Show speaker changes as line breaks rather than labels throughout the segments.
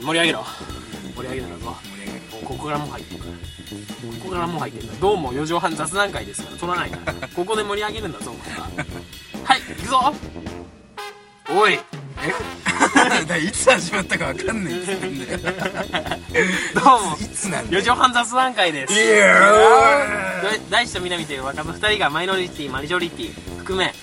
盛り上げろ盛り上げるのぞもうここからもう入ってるからここからもう入ってるんだどうも4畳半雑談会ですから取らないからここで盛り上げるんだぞお前ははい行くぞおい
だ からいつ始まったかわかんないっつってんだよ
どうも
いつなんだ
4
よ
畳半雑談会です
いやー
大師と南という若者2人がマイノリティマリジョリティ含め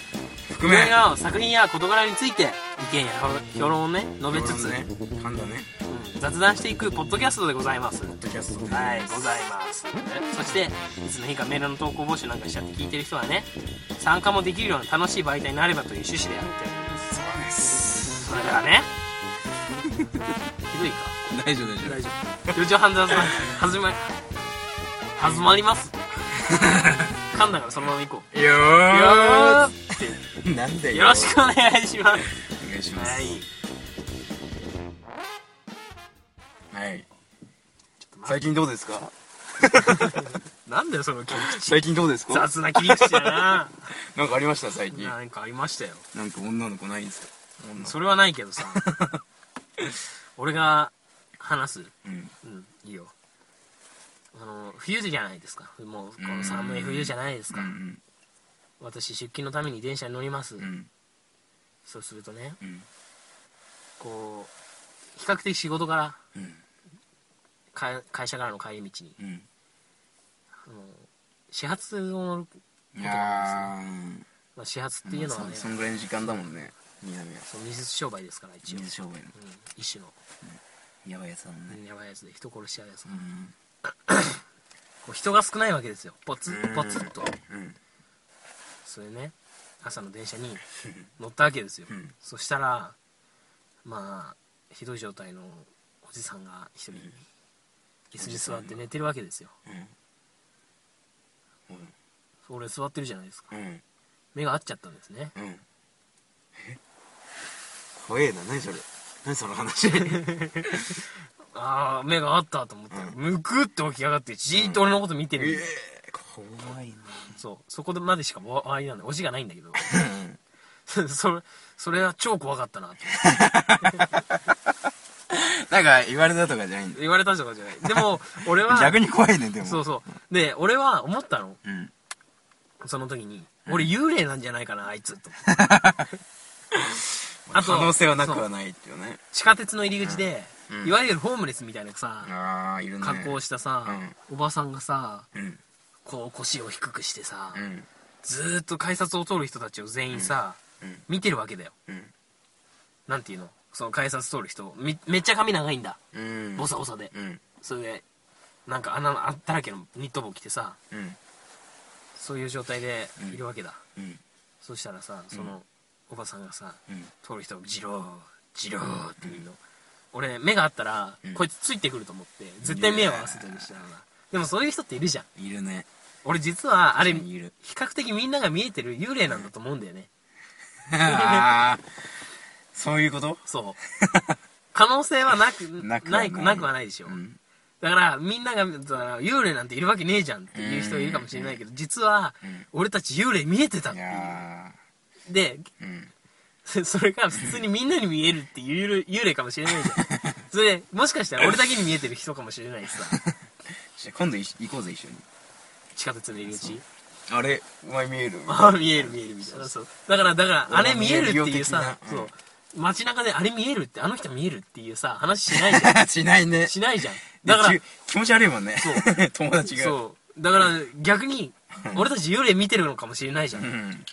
含め
上の作品や事柄について意見や評論をね述べつつ、
ね噛んだね
うん雑談していくポッドキャストでございます
ポッドキャスト
はいございますそしていつの日かメールの投稿募集なんかしちゃって聞いてる人はね参加もできるような楽しい媒体になればという趣旨でやってる
そうです
それからねひどいか
大丈夫大丈夫
大丈夫四畳半雑談始まり始まります噛んだからそのまま行こ
いや
うよ
ー
ーっ
なんだ
て
よ
よろしくお願いします
お願いしま
は
す
い
は
ち
い
ょっと待っ
最近どうですか
てなんだよその切り口
最近どうですか
雑な切り口だ な
なんかありました最近
なんかありましたよ
なんか女の子ないんですか女の子
それはないけど さ俺が話す
うん
うんいいよあの冬じゃないですかもうこの寒い冬じゃないです
う
か
ん
私出勤のために電車に乗ります、
うんうん
そうするとね
うん
こう比較的仕事から
うん
か会社からの帰り道に
うん
あの始発を乗る、
いやー
まあ、始発っていうのは
ま
ね
あそそんぐらいの時間だもんね南は
その水商売ですから一応、うん
水、商売の
一種の、
やばいやつだもんね
やばいやつで人殺しちゃうやつ、
う
こ
ん
う人が少ないわけですよポツッポツッと
うん
それね朝の電車 に乗ったわけですよ、
うん
そしたらまあひどい状態のおじさんが一人椅子に座って寝てるわけですよ
う
俺座ってるじゃないですか
んうん
目が合っちゃったんですね
うんえ怖えな何それ何その話
ああ目が合ったと思って、むくって起き上がってじーっと俺のこと見てる、
ええ怖いな
そうそこまでしか終わりなんだオチがないんだけど それそれは超怖かったなって
なんか言われたとかじゃないんだ
言われたとかじゃないでも俺は
逆に怖いねでも
そうそうで俺は思ったの
うん
その時に俺幽霊なんじゃないかなあいつとあと
可能性はなく
そ
は
う
ないっていうね
地下鉄の入り口で、
うん
いわゆるホームレスみたいなさ、
ああいるね
格好したさ、おばさんがさ
うん
こう腰を低くしてさ、
うん
ずーっと改札を通る人たちを全員さ、
うん
見てるわけだよ
うん
なんていうのその改札通る人めめっちゃ髪長いんだ
うん
ボサボサで
うん
それでなんか穴のあだらけのニット帽着てさ
うん
そういう状態でいるわけだ、
うん
そしたらさその、おばさんがさ
うん
通る人をジロージローって言うの、俺目があったら、
うん
こいつついてくると思って絶対目を合わせたりしたらなでもそういう人っているじゃん
いるね
俺実はあれ
い
比
る
較的みんなが見えてる幽霊なんだと思うんだよね
ああ そういうこと
そう可能性はなくな
な
く
くはな
ないいなくはないでしょ、
うん
だからみんながだから幽霊なんているわけねえじゃんっていう人いるかもしれないけど実は
ん
俺たち幽霊見えてたっ
い
ていう
や
で
ーうん
それが普通にみんなに見えるっていう幽霊かもしれないじゃんそれでもしかしたら俺だけに見えてる人かもしれないしさ
じゃあ今度い行こうぜ一緒に
地下鉄の入り口
あれお前見える
ああ見える見えるみたいなそうだからだから
ん
あれ見えるっていうさ、
見える
そ
よ
う
的
街中であれ見えるってあの人見えるっていうさ話しない じゃ
しないね
んしないじゃん
だ
だ
か
からら
気持ち悪いもんね
そう
友達が
そうだから逆に俺たち幽霊見てるのかもしれないじゃん
うん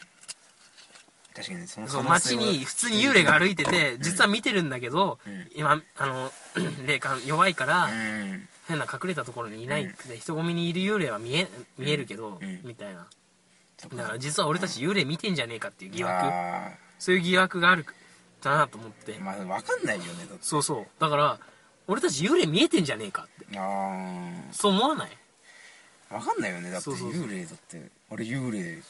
確かにその
そう
可能性
街
は
に普通に幽霊が歩いてて実は見てるんだけど、
ん
今あの 霊感弱いから、
うん
変な隠れたところにいないくて、人混みにいる幽霊は見え見えるけど、
うん
みたいな
そっ
だから実は俺たち幽霊見てんじゃねえかっていう疑惑、
あ
そういう疑惑があるだなと思って、
ーまあ分かんないよねだって
そうそうだから俺たち幽霊見えてんじゃねえかって
あ
そう思わない
あ分かんないよねだって
そうそうそう
幽霊だってあれ幽霊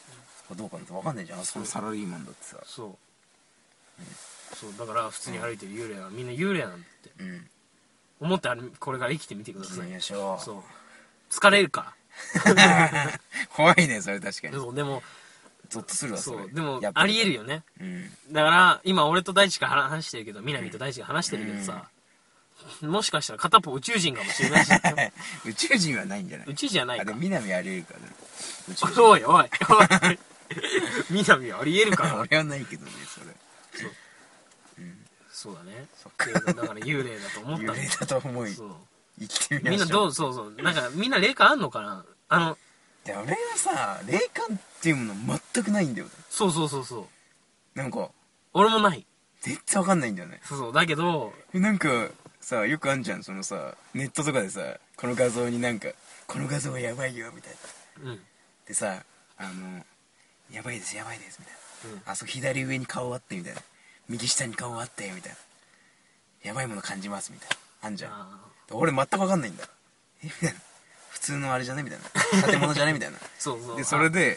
かどうかなんて分かんないじゃんあそこのサラリーマンだってさ
そう、そうだから普通に歩いてる幽霊はみんな幽霊なんだって
うん
思ってあれこれから生きてみてください、
よいしょ
そう疲れるから
怖いねそれ確かに
そうでも
ゾッとするわ
そ
そうれ
でも
やっぱ
ありえるよね
うん
だから今俺と大地が話してるけど南と大地が話してるけどさ、もしかしたら片っぽ宇宙人かもしれないし
宇宙人はないんじゃない
宇宙人じゃない
あで
か
も南ありえるからね宇宙人
おいおいおい南はありえるから
俺はないけどねそれ
そうだね
そっか
だから幽霊だと思った
幽
の
霊だと思い
そう
生きてみましょう
みんなど
う
うそうそうなんかみんな霊感あんのかなあの
で俺はさ霊感っていうもの全くないんだよね
そうそうそうそう
なんか
俺もない
全然わかんないんだよね
そうそうだけど
なんかさよくあんじゃんそのさネットとかでさこの画像になんかこの画像はやばいよみたいな
うんうん
でさあのやばいですやばいですみたいな、あそこ左上に顔あってみたいな右下に顔あってみたいなやばいもの感じますみたいなあんじゃん
あ
で俺全く分かんないんだえみたいな普通のあれじゃねみたいな建物じゃねみたいな
ーそうそう
でそれで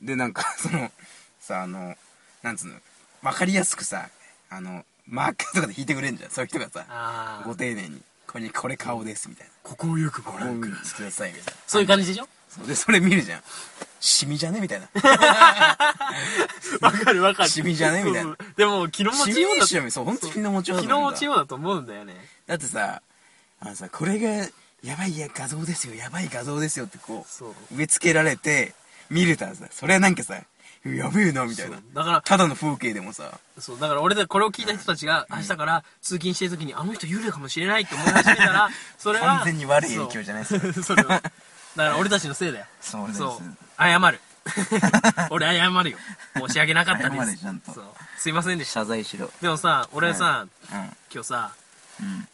でなんか そのさあのなんつうの分かりやすくさあのマーカーとかで引いてくれんじゃんそういう人がさ
あ
ご
あ
丁寧に「これこれ顔です」みたいな
ここをよくご
「これを
覧
見
くだ
て
さい
ください」みたいな
そういう感じでしょ
そうでそれ見るじゃんシミじゃねみたいな
わかるわかる。
シミじゃねみたいな
そうそうでも、気の持
シ
ち
ミ
ようだ
シミそう本当に気の持ちよう
気の持ちようだと思うんだよね。
だってさあのさこれがやばいや画像ですよやばい画像ですよってこ
そう
う植え付けられて見れたらさそれはなんかさやべえなみたいな
そうだから
ただの風景でもさ
そう、だから俺でこれを聞いた人たちが、明日から通勤してる時に、あの人幽霊かもしれないって思い始めた ら、それは。
完全に悪い影響じゃない
そう それは。だから俺たちのせいだよ。
そう俺たちの
そ。
せいう
謝る。 俺謝るよ。申し訳なかったです。
謝れちゃんと
そう。すいませんでした。
罪しろ
でもさ、俺さ、
う
今日さ、
んうん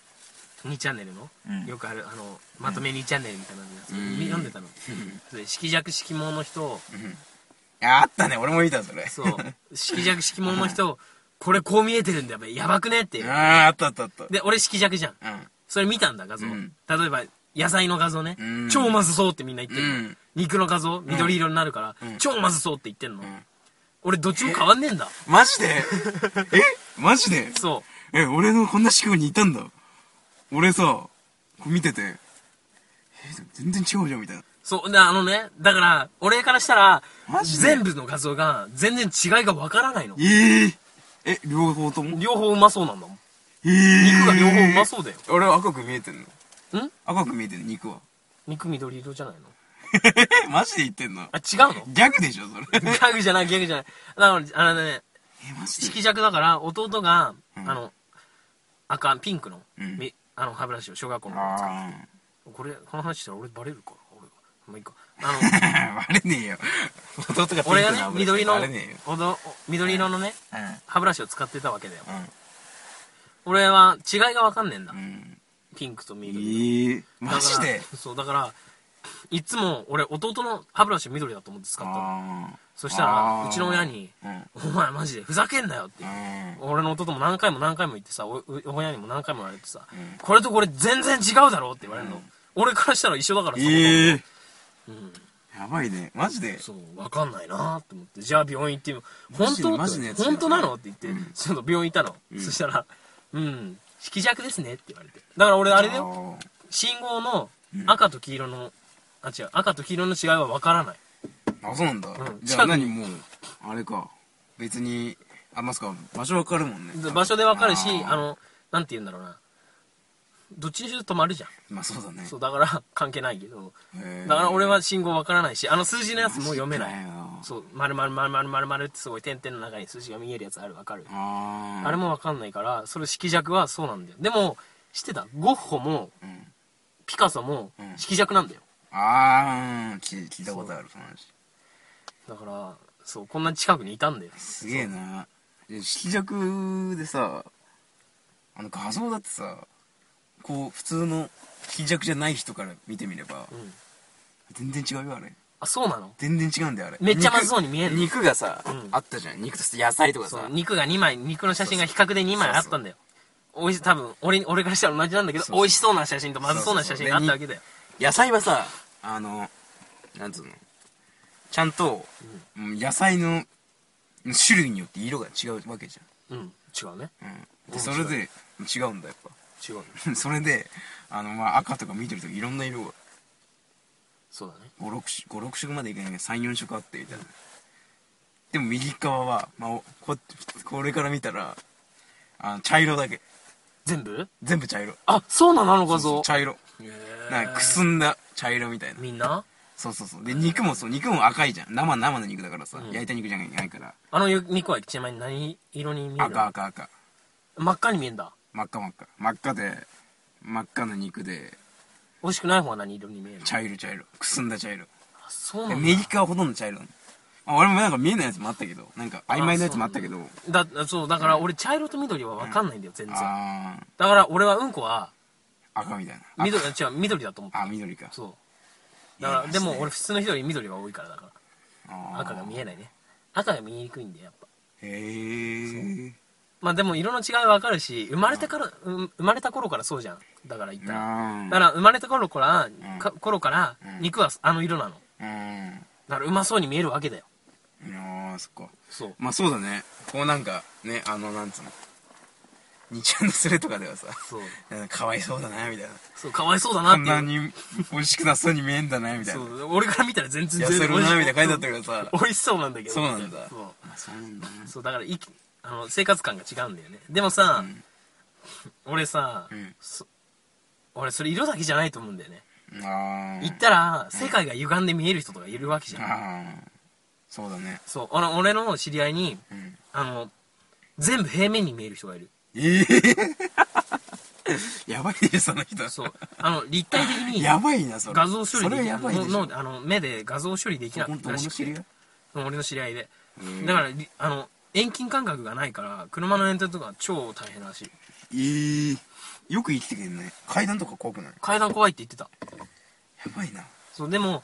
2チャンネルの、
うん
よくあるあのまとめ2チャンネルみたいなのやつ、
ん
読んでたの、それ色弱色盲の人
ああったね俺も見たそれ
そう う色弱色盲の人、これこう見えてるんだよやばくねっていう、
あああったあったあった
で俺色弱じゃん
うん
それ見たんだ画像、
うん
例えば野菜の画像ね、
うん
超まずそうってみんな言ってる、
うん
肉の画像緑色になるから、
ん
超まずそうって言ってんの、
ん
俺どっちも変わんねえんだ
マ ジでえマジで
そ
え俺のこんな仕組みにいたんだ俺さこう見ててえ全然違うじゃんみたいな
うそうであのねだから俺からしたら
マジで
全部の画像が全然違いがわからないの
えええ両方とも
両方うまそうなんだもん
ええ
肉が両方うまそうだよ
俺は赤く見えてんの
ん
赤く見えてんの肉は
肉緑色じゃないの
えマジで言ってんの
あ違うの
ギャグでしょそれ
ギャグじゃないギャグじゃないだからあのね
えマジ
色弱だから弟が、
うん
あの赤ピンクの,み、
うん
あの歯ブラシを小学校 の頃
あ
これこの話したら俺バレるか俺まあいいかあの
あ割れねえよ弟が
俺がね
ピンクの油
緑の
割れねえよ
おどお緑色のね歯ブラシを使ってたわけだよ
う
俺は違いが分かんねえんだ、
んうん
ピンクと緑
ええ
だか
マ
ら
ジで
そうだからいつも俺弟の歯ブラシ緑だと思って使ったの
あー
そしたら
あー
うちの親に
うんうん
「お前マジでふざけんなよ」って俺の弟も何回も何回も言ってさおお親にも何回も言われてさ、
うん
これとこれ全然違うだろって言われるの、俺からしたら一緒だからさ、
ええ
うん、
やばいねマジで
そう分かんないなって思ってじゃあ病院行ってみよう本当
マジでマジで
本当なのって言って、
うん
その病院行ったの、そしたら「うん色弱ですね」って言われてだから俺あれだよ
よ
信号の赤と黄色の、あ違う赤と黄色の違いは分からない
あそうなんだ、
ん
じ
近
ゃあ
くに
何もうあれか別にあますか場所わかるもんね
場所で分かるし
ー
あのなんて言うんだろうなどっちにしろ止まるじゃん
まあそうだね
そうだから関係ないけど
へー
だから俺は信号わからないしあの数字のやつもう読めな
マジ
い
かよ
そう「まるまるまるまるまるまるってすごい点々の中に数字が見えるやつあるわかる
あー
あれもわかんないからそれ色弱はそうなんだよでも知ってたゴッホも
うん
ピカソも
うん
色弱なんだよ
あーうん聞聞いたことあるその話
だからそうこんな近くにいたんだよ
すげえなで色弱でさあの画像だってさこう普通の色弱じゃない人から見てみれば
うん
全然違うよあれ
あそうなの
全然違うんだよあれ
めっちゃまずそうに見える
肉肉がさ、
うん
あったじゃん肉と野菜とか
そ
さ
う肉が2枚肉の写真が比較で2枚あったんだよおいし多分俺に俺からしたら同じなんだけど
そうそう
美味しそうな写真とまずそうな写真があったわけだよ
野菜はさあのなんつうのちゃんと、うん野菜の種類によって色が違うわけじ
うん違うね
ゃん、うん、でそれで違うんだやっ
違うね
ぱ それであの、まあ、赤とか見てるといろんな色が
そうだね
56色までいかないけど34色あってみたいなでも右側は、まあ、おここれから見たらあの茶色だけ
全部
全部茶色
あそうなのあの画
そ
像
う茶色
へー
なんかくすんだ茶色みたいな
みんな
そうそうそうで肉もそう肉も赤いじゃん生生の肉だからさ、
うん
焼いた肉じゃないから
あの肉はちなみに何色に見える
赤赤赤
真っ赤に見えんだ
真っ赤真っ赤真っ赤で真っ赤な肉で
美味しくない方は何色に見えるの
茶色茶色くすんだ茶色
あそう
で
なんだ
右側ほとんど茶色なのあ俺もなんか見えないやつもあったけどなんか曖昧なやつもあったけど
だそうだから俺茶色と緑は分かんないんだよ全然だ
あー
から俺はうんこは
赤みたいな
緑違う緑だと思って
あ緑か
そうだか
い
ら
や
でも
そう
俺普通の人より緑が多いからだか
あー
ら赤が見えないね赤が見えにくいんだよやっぱ
へえ
まあでも色の違い分かるし生まれてから、うん生まれた頃からそうじゃんだから言ったらだ
なあ
から生まれた頃から、
ん
か頃から
うん
肉はあの色なの
うん
だからうまそうに見えるわけだよ
あーそっか
そう
まあそうだねこうなんかねあのなんつうの2ちゃんのスレとかではさ
そう
なんかかわいそうだなみたいな
そうかわいそうだなっ
こ
てい
ん
う
なに美味しくなさそうに見えんだなみたい
そ
な
う俺から見たら全然
痩
全
せ
然
るなみたいな書いてあったからさ
美味しそうなんだけど
そうなんだ
そう
あそうなんだな
そうだからいきあの生活感が違うんだよねでもさ、俺さ、
うん
そ俺それ色だけじゃないと思うんだよね、
あ
言ったら世界が歪んで見える人とかいるわけじゃん、
ああそうだね
そうあの俺の知り合いに
うん
あの全部平面に見える人がいる
ええやばいねその人
そうあの立体的に
やばいなそれ
画像処理
それは
でき
やばいでし
の
ょ
のあの目で画像処理できな
本
く
当
な
俺
る
の知り合い
俺の知り合いで
うん
だからりあの遠近感覚がないから車の運転とか超大変らしい
ええよく生きてくれるね階段とか怖くない
階段怖いって言ってた
やばいな
そうでも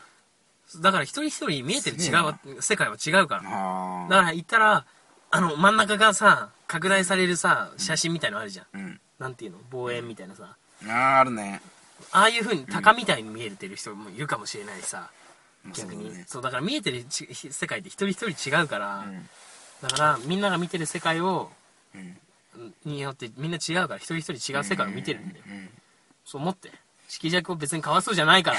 だから一人一人見えてる
す
違
げえ
うわ世界は違うから
あ
だ
あ
から言ったらあの真ん中がさ拡大されるさ写真みたいのあるじゃん、
うん
なんていうの望遠みたいなさ
あーあるね
ああいう風に鷹みたいに見えてる人もいるかもしれないしさ、
まあ
逆に
そ
そうう,、だ
だね
から見えてるち世界って一人一人違うから、
ん
だからみんなが見てる世界を
うん
によってみんな違うから一人一人違う世界を見てるんだよ、
うん
そう思って色弱を別にかわいそうじゃないから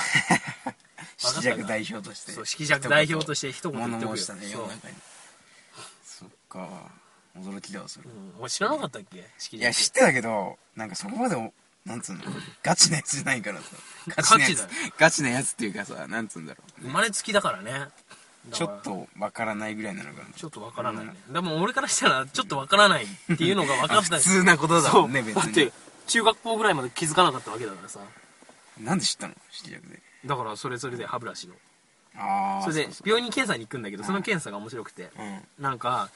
色弱代表として
そう色弱代表として一言言っ
物
ておく
申
よ
したね
そ
世
う
の中にそっか驚きだわそれ
うん、俺知らなかったっけ色
い
弱
や知ってたけどなんかそこまでおなんつうのガチなやつじゃないからさガ
チ
チ
だ
な
よ
やつガチなやつっていうかさなんつうんだろう
生まれつきだからねだから
ちょっとわからないぐらいなのかな
ちょっとわからないね、でも俺からしたらちょっとわからないっていうのが分か
あ
っ
普
た
通なことだ
そ
も
うん
ね別
だって
に
中学校ぐらいまで気づかなかったわけだからさ
なんで知ったの色弱で
だからそれそれで歯ブラシの
ああ
それで
うそう
病院に検査に行くんだけどその検査が面白くて
うん
なんか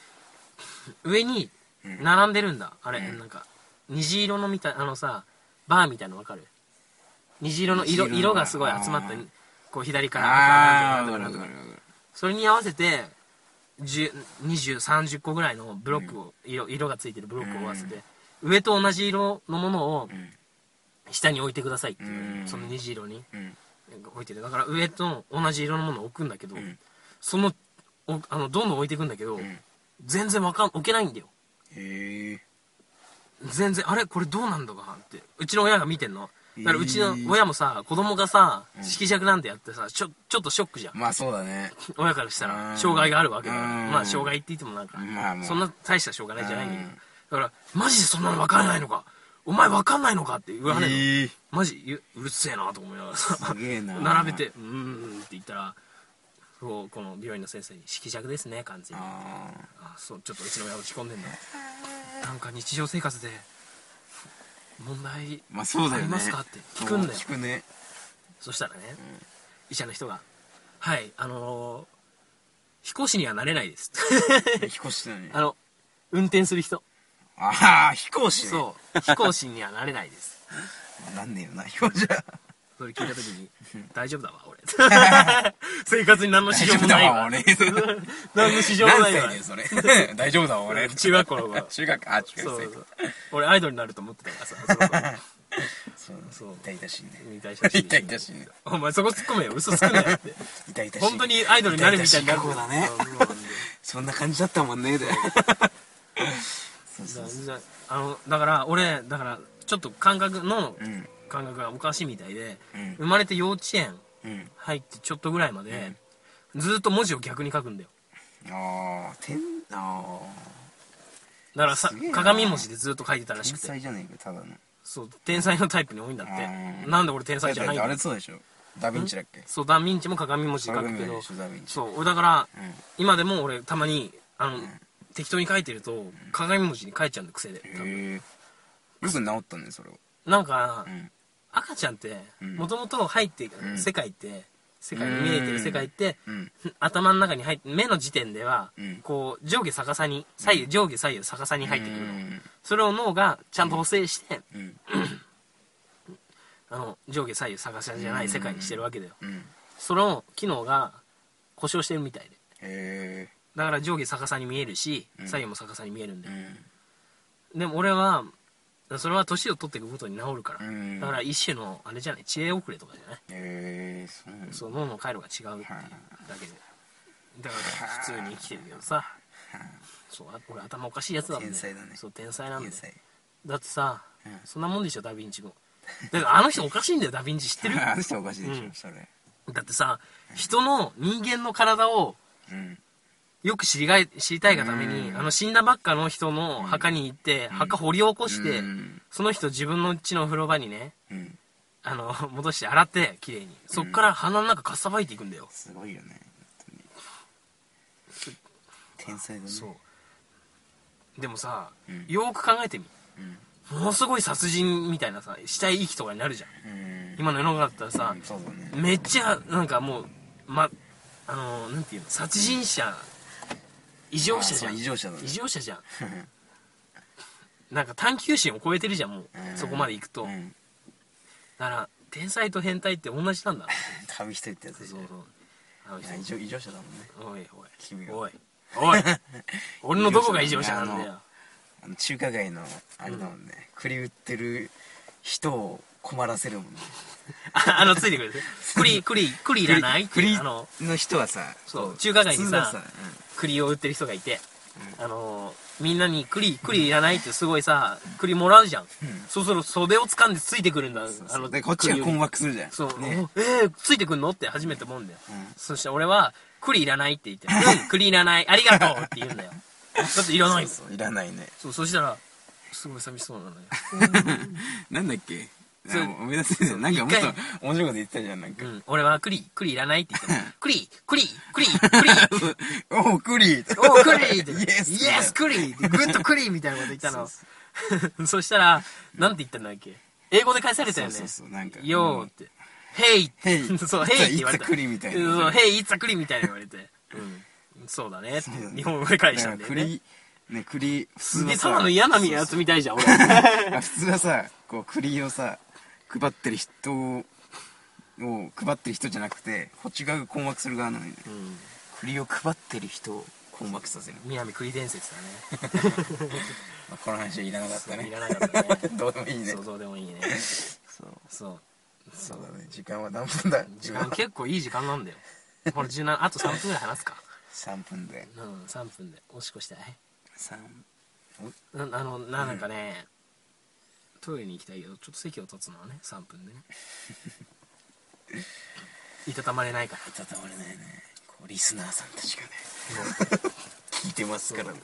上に
うん
並んでるんだあれ
うん
なんか虹色のみたいあのさバーみたいの分かる虹色の色
虹色の
色がすごい集まった
あー
こう左から
ああ
赤
わか
なん
る
と
わ
か
か
なんとか
るわかる
それに合わせて2030個ぐらいのブロックを色色がついてるブロックを合わせて上と同じ色のものを
ん
下に置いてくださいっていう
うん
その虹色に
うん
置いてるだから上と同じ色のものを置くんだけど
ん
そのおあのどんどん置いていくんだけど
ん
全然わかん置けないんだよ
へえ
全然あれこれどうなんだかなってうちの親が見てんのだからうちの親もさ子供がさ色弱なんてやってさちょちょっとショックじゃん
まあそうだね
親からしたら
うん
障害があるわけだから
うん
まあ障害って言ってもなんか、
まあまあ
そんな大した障害ないじゃないんだけ
う
ど
ん
だからマジでそんなの分からないのかお前分かんないのかって言われる、
へえ
マジゆうるせえなと思いながらさ
すげえな
並べて「うーん」って言ったらそうこの病院の先生に「色弱ですね完全に」
あ
あそうちょっとうちの親落ち込んでんだなんか日常生活で問題
ーまあそうだよね
ありますかって聞くんだよ
そう聞くね
そしたらね、医者の人が「はいあのー飛行士にはなれない です」
飛行士なのに
あの、運転する人。
ああ飛行士ね
そう。飛行士にはなれないです。
なんねえよな飛行士は
それ聞いたときに、大丈夫だわ、俺。 生活に何の支障もないわ。
大丈夫だわ俺
何の支障
何
もない
歳
わ
だ。よそれ 大丈夫だわ俺
中学校の頃
中学あ中
そ
学
う
生
そう。俺アイドルになると思ってたからさ。
そう
そう
痛々しいね
そう痛
痛
々
々しいね
お前そこ突っ込めよ。嘘つくなよって。
痛々しい
本当にアイドルになるみたいになる。
痛々しい過去だね
そうそう
そんな感じだったも んねでそ
そ
うそううそう
だあの、だから俺、だから、ちょっと感覚の
うん
感覚がおかしいみたいで、
うん
生まれて幼稚園
うん
入ってちょっとぐらいまで、ずーっと文字を逆に書くんだよ。
ああ天あ
だからさ
すげえな
鏡餅でずっと書いてた
あ
らし
天
くて
才じゃねえかただの
そう天才のタイプに多いんだって
うん
なんで俺天才じゃないん
だって
だ
あれそうでしょダヴィンチだっけ
そうダ・ヴィンチも鏡餅で書くけ
鏡
ど
でしょダヴィンチ
そう俺だから、
ん
今でも俺たまにあの、適当に書いてると鏡餅に書いちゃうの癖で多分
へえよく治ったねそれは
なんか、
うん
赤ちゃんって
ん
もともと入って、
ん
世界って世界見えてる世界って、
うん
頭の中に入って目の時点では、
うん
こう上下逆さに左右上下左右逆さに入ってくるの、
うん
それを脳がちゃんと補正して、
うん
あの上下左右逆さじゃない世界にしてるわけだよ、
うんへ
その機能が故障してるみたいで
え
だから上下逆さに見えるし、
ん
左右も逆さに見えるんで
う、ん
でも俺はそれは年を取っていくことに治るから、
うん
だから一種のあれじゃない知恵遅れとかじゃない
へえそうなんだ
そう脳の回路が違うっていうだけでだから普通に生きてるけどさそうあ俺頭おかしいやつなんだよ
天才だね
そう天才なんだよ
天才
だってさ、
うん
そんなもんでしょダヴィンチもだからあの人おかしいんだよダヴィンチ知ってる
あの人おかしいでしょ、
うん
それ
だってさ人の人間の体を
うん
よく知りがい知りたいがために、
うん
あの死んだばっかの人の墓に行って、墓掘り起こして、
うん
その人自分の家の風呂場にね
うん
あの戻して洗って綺麗にそっから鼻の中かっさばいていくんだよ、
すごいよね本当に天才だね
そうでもさ、
うん
よーく考えてみ
うん
ものすごい殺人みたいなさ死体遺棄とかになるじゃん
うん
今の世の中だったらさ
うん、そうだね
めっちゃなんかもうまあのーなんていうの殺人者異常者じゃ
あ
ん
そう異常者だね
異常者 じゃんなんか探求心を超えてるじゃんもう、
うん
そこまで行くと、
うん
だから天才と変態って同じなんだ
旅一人ってやつでし
そ
ょ
うそうあの
い
人
や異常異常者だもんね
おいおい
君が
おいお い俺のどこが異常者なんだよ
あの中華街のあれだもんね、栗売ってる人を困らせるもんね
ああの、ついてくる。 栗、栗、栗いらないって
栗
あの、
の人はさ
そう
こ
中華街にさ
普通はさ
栗を売ってる人がいて、あのー、みんなに栗、栗いらないってすごいさ、栗もらうじゃん。そうすると袖を掴んでついてくるんだ。
うん
あの、
でこっちが
栗を
困惑するじゃん
そう、
ね
おえー、ついてくんのって初めて思うんだよ。
ん
そして俺は、栗いらないって言って、 うん、栗いらない、ありがとうって言うんだよ。だっていらないもん
そういらないね
そう、そしたら、すごい寂しそうなのよ。
なんだっけ
そう
あ思い出せないなんかもっ
一回
と面白いこと言ってたじゃんなん
う
か
ん、俺は栗、栗いらないって言って、栗、栗、栗、栗、
「おうクリー」
おークリー って、
イエス
イエスクリーって、グッドクリーみたいなこと言ったの。
そ
そしたら、なんて言ったんだっけ英語で返されたよね。
そうそうそうなんか
よーって。ヘイって
Hey
そう、ヘイって言われ
It's
た。
a クリーみたいな
そう、ヘイ、いつクリーみたいな言われて。うん。そうだねって
そうだね
日本語で返したんだよ
ク
ね。
リねクリ普通
すげえ、
は
た
さ
だの嫌なやつみたいじゃん、俺。
普通はさこう栗をさ配ってる人を配ってる人じゃなくてこっち側が困惑する側なのに、ね
うん。
栗を配ってる人を困惑させる、
南栗伝説だ
まあ、この話はいらなかった
ね。
ね。
いらなかったね
どうでもいいね
そう、どうでもいいね。
そう
そう。
そうだね時間は何分だ
時間結構いい時間なんだよ。これ17、あと3分ぐらい話すか。
3分で
うん、3分で。おしっこしたい。
3
なあのななんかね、トイレに行きたいけどちょっと席を立つのはね3分でね いたたまれないから
いたたまれないねこうリスナーさんたちがね聞いてますからね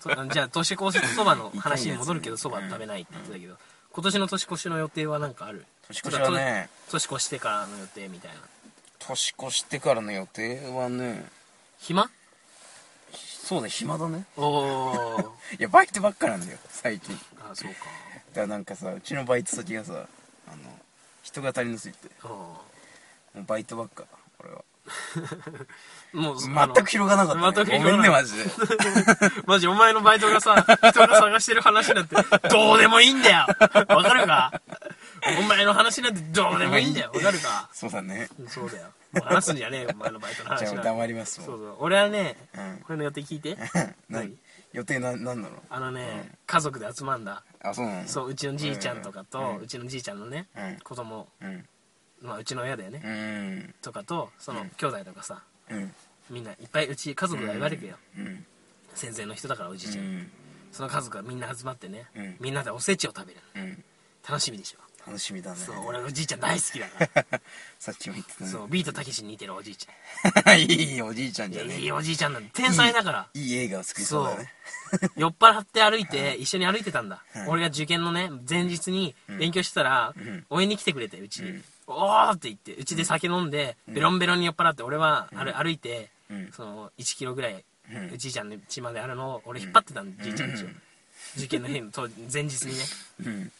そうあのじゃあ年越しそば の話に戻るけど
痛
そ
いや
ば
つね
食べないって言ってたけど、今年の年越しの予定は何かある
年越しはね
ちょっとと年越してからの予定みたいな
年越してからの予定はね
暇
そうだ暇だね
おお
いやバイトばっかなんだよ最近
あそう
だからなんかさうちのバイト先がさあの人が足りなすぎて
かお
もうバイトばっか俺は
ーもうあの
全く広がなかった、
全
ね、
く広が
ごめ
らない
んねマジ で
マジお前のバイトがさ、人が探してる話なんて、どうでもいいんだよわかるかお前の話なんてどうでもいいんだよわかるか
そうだね
そうだよ。もう話すんじゃねえよ、お前のバイトの話
じゃ
は
あ黙ります
そ
も
うんそう。俺はね、
うん
これの予定聞いて。
何予定ななんだろう
あのね、家族で集まんだ。
あそうなの
そう、うちのじいちゃんとかと、うちのじいちゃんのね、
うん
子供、
うん
まあ、うちの親だよね、
うん
とかと、その、兄弟とかさ、
うん
みんないっぱい、うち家族がいわれてよ。
うん
先生の人だから、おじいうちゃん。
ん
その家族がみんな集まってね、
うん
みんなでおせちを食べる。
うん
楽しみでしょ
楽しみだね
そう俺おじいちゃん大好きだから
さっきも言ってたね
そうビートたけしに似てるおじいち
いいおじいち
ゃ
ゃん
んい
じゃ
や
ね
いいおじいちゃんなんだ天才だから
いいいい映画を作りそうだね
酔っ払って歩いて一緒に歩いてたんだ、
はい
俺が受験のね前日に勉強してたら、
ん
応援に来てくれてうちに、おーって言ってうちで酒飲んで、ベロンベロンに酔っ払って俺は歩,、歩いて、
ん
その1キロぐらい、
うん
うちいちゃんの家まであるのを俺引っ張ってたんだ、じいちゃんちを、受験の日の当日前日にね
うん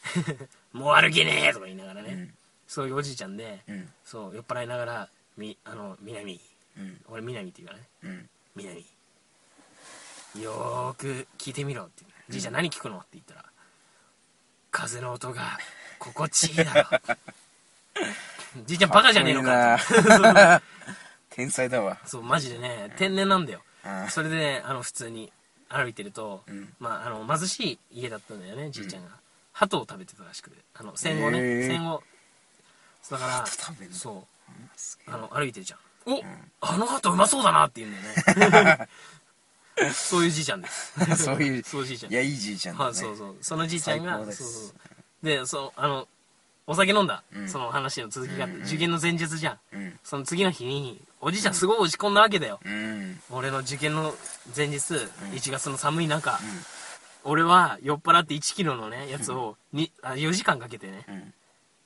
もう歩けねえとか言いながらね、
ん
そういうおじいちゃんで、
うん
そう酔っ払いながらみあの南
うん
俺南って言うからね
うん
南よーく聞いてみろってじいちゃん何聞くのって言った ら風の音が心地いいだろ じいちゃんバカじゃねえのかって
かっこいい な天才だわ
そうマジでね天然なんだよ
ああ
それでねあの普通に歩いてると、
ん
まあ、あの貧しい家だったんだよねじいちゃんが、鳩を食べてたらしくてあの戦後ね、
へえ
戦後だから
鳩食べんの
そう
うんすげえ
あの歩いてるじゃんお、あの鳩うまそうだなって言うんだよ ねそういうじいちゃんです
そういう
そうじいちゃん
いやいいじいちゃんだ
は
ね
い そうそうそのじいちゃんが
最高です
そうそうでそうあのお酒飲んだ、
うん
その話の続きがあって、受験の前日じゃん
うん
その次の日におじいちゃんすごい落ち込んだわけだよ、
うん
俺の受験の前日、1月の寒い中、俺は酔っ払って1キロのねやつをに、あ4時間かけてね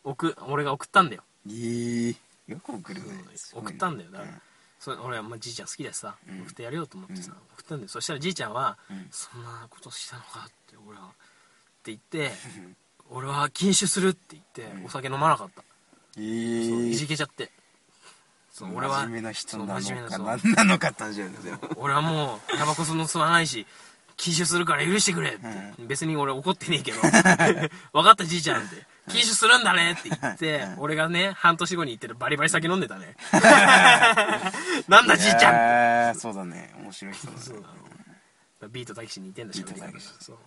うん
送俺が送ったんだよ
いいよく送るね
送ったんだよだから、それ俺はまあじいちゃん好きだしさ、送ってやれようと思ってさ、送ったんだよそしたらじいちゃんは、
ん
そんなことしたのかって俺はって言って、俺は禁酒するって言って、お酒飲まなかった、
い
そうい
い
じけちゃってそう俺は
真面目な人なの
そう真面目な
か
そう
何なのかって話なんですよ
俺はもうタバコその吸わないし禁酒するから許してくれって、別に俺怒ってねえけ ど分かったじいちゃんって禁酒するんだねって言って俺がね半年後に行ってるバリバリ酒飲んでたね なん だじいちゃんって
ゃんそうだね面白い人だね
そうだろビートたけしに似てんだし
ビートたけし
そう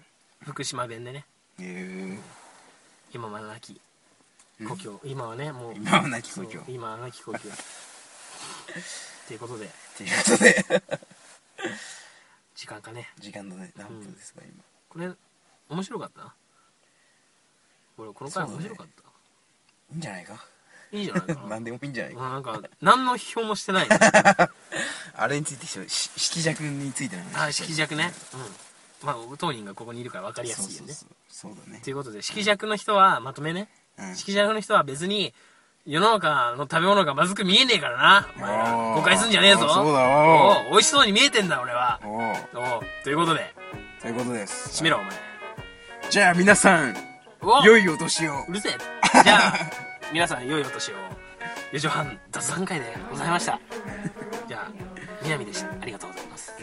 福島弁でね
へ
今は亡き故郷、今はねもう
今は亡き故郷
そう今は亡き故郷っていうことで
えということで
時間かね
時間だね何分ですか今
これ面白かった俺この回
そ
面
うだね
白かった、
いいんじゃないか
いいじゃない かな
何でもいいんじゃないか
もうなんか何の表もして ないね
あれについてしょし色弱についての
あ
話
色弱ねうんまあ当人がここにいるから分かりや
そう
すいよ
そう
ね
そうそうだね
ということで色弱の人はまとめね、
うん
色弱の人は別に世の中の食べ物がまずく見えねえからなお前ら
おー
誤解すんじゃねえぞ
そうだおー
おう美味しそうに見えてんだ俺は
おお
おうということで
ということです
閉めろお前
じゃあ皆さん
おう
良いお年を
うるせえじゃあ皆さん良いお年を4畳半雑談会でございましたじゃあ南でしたありがとうございます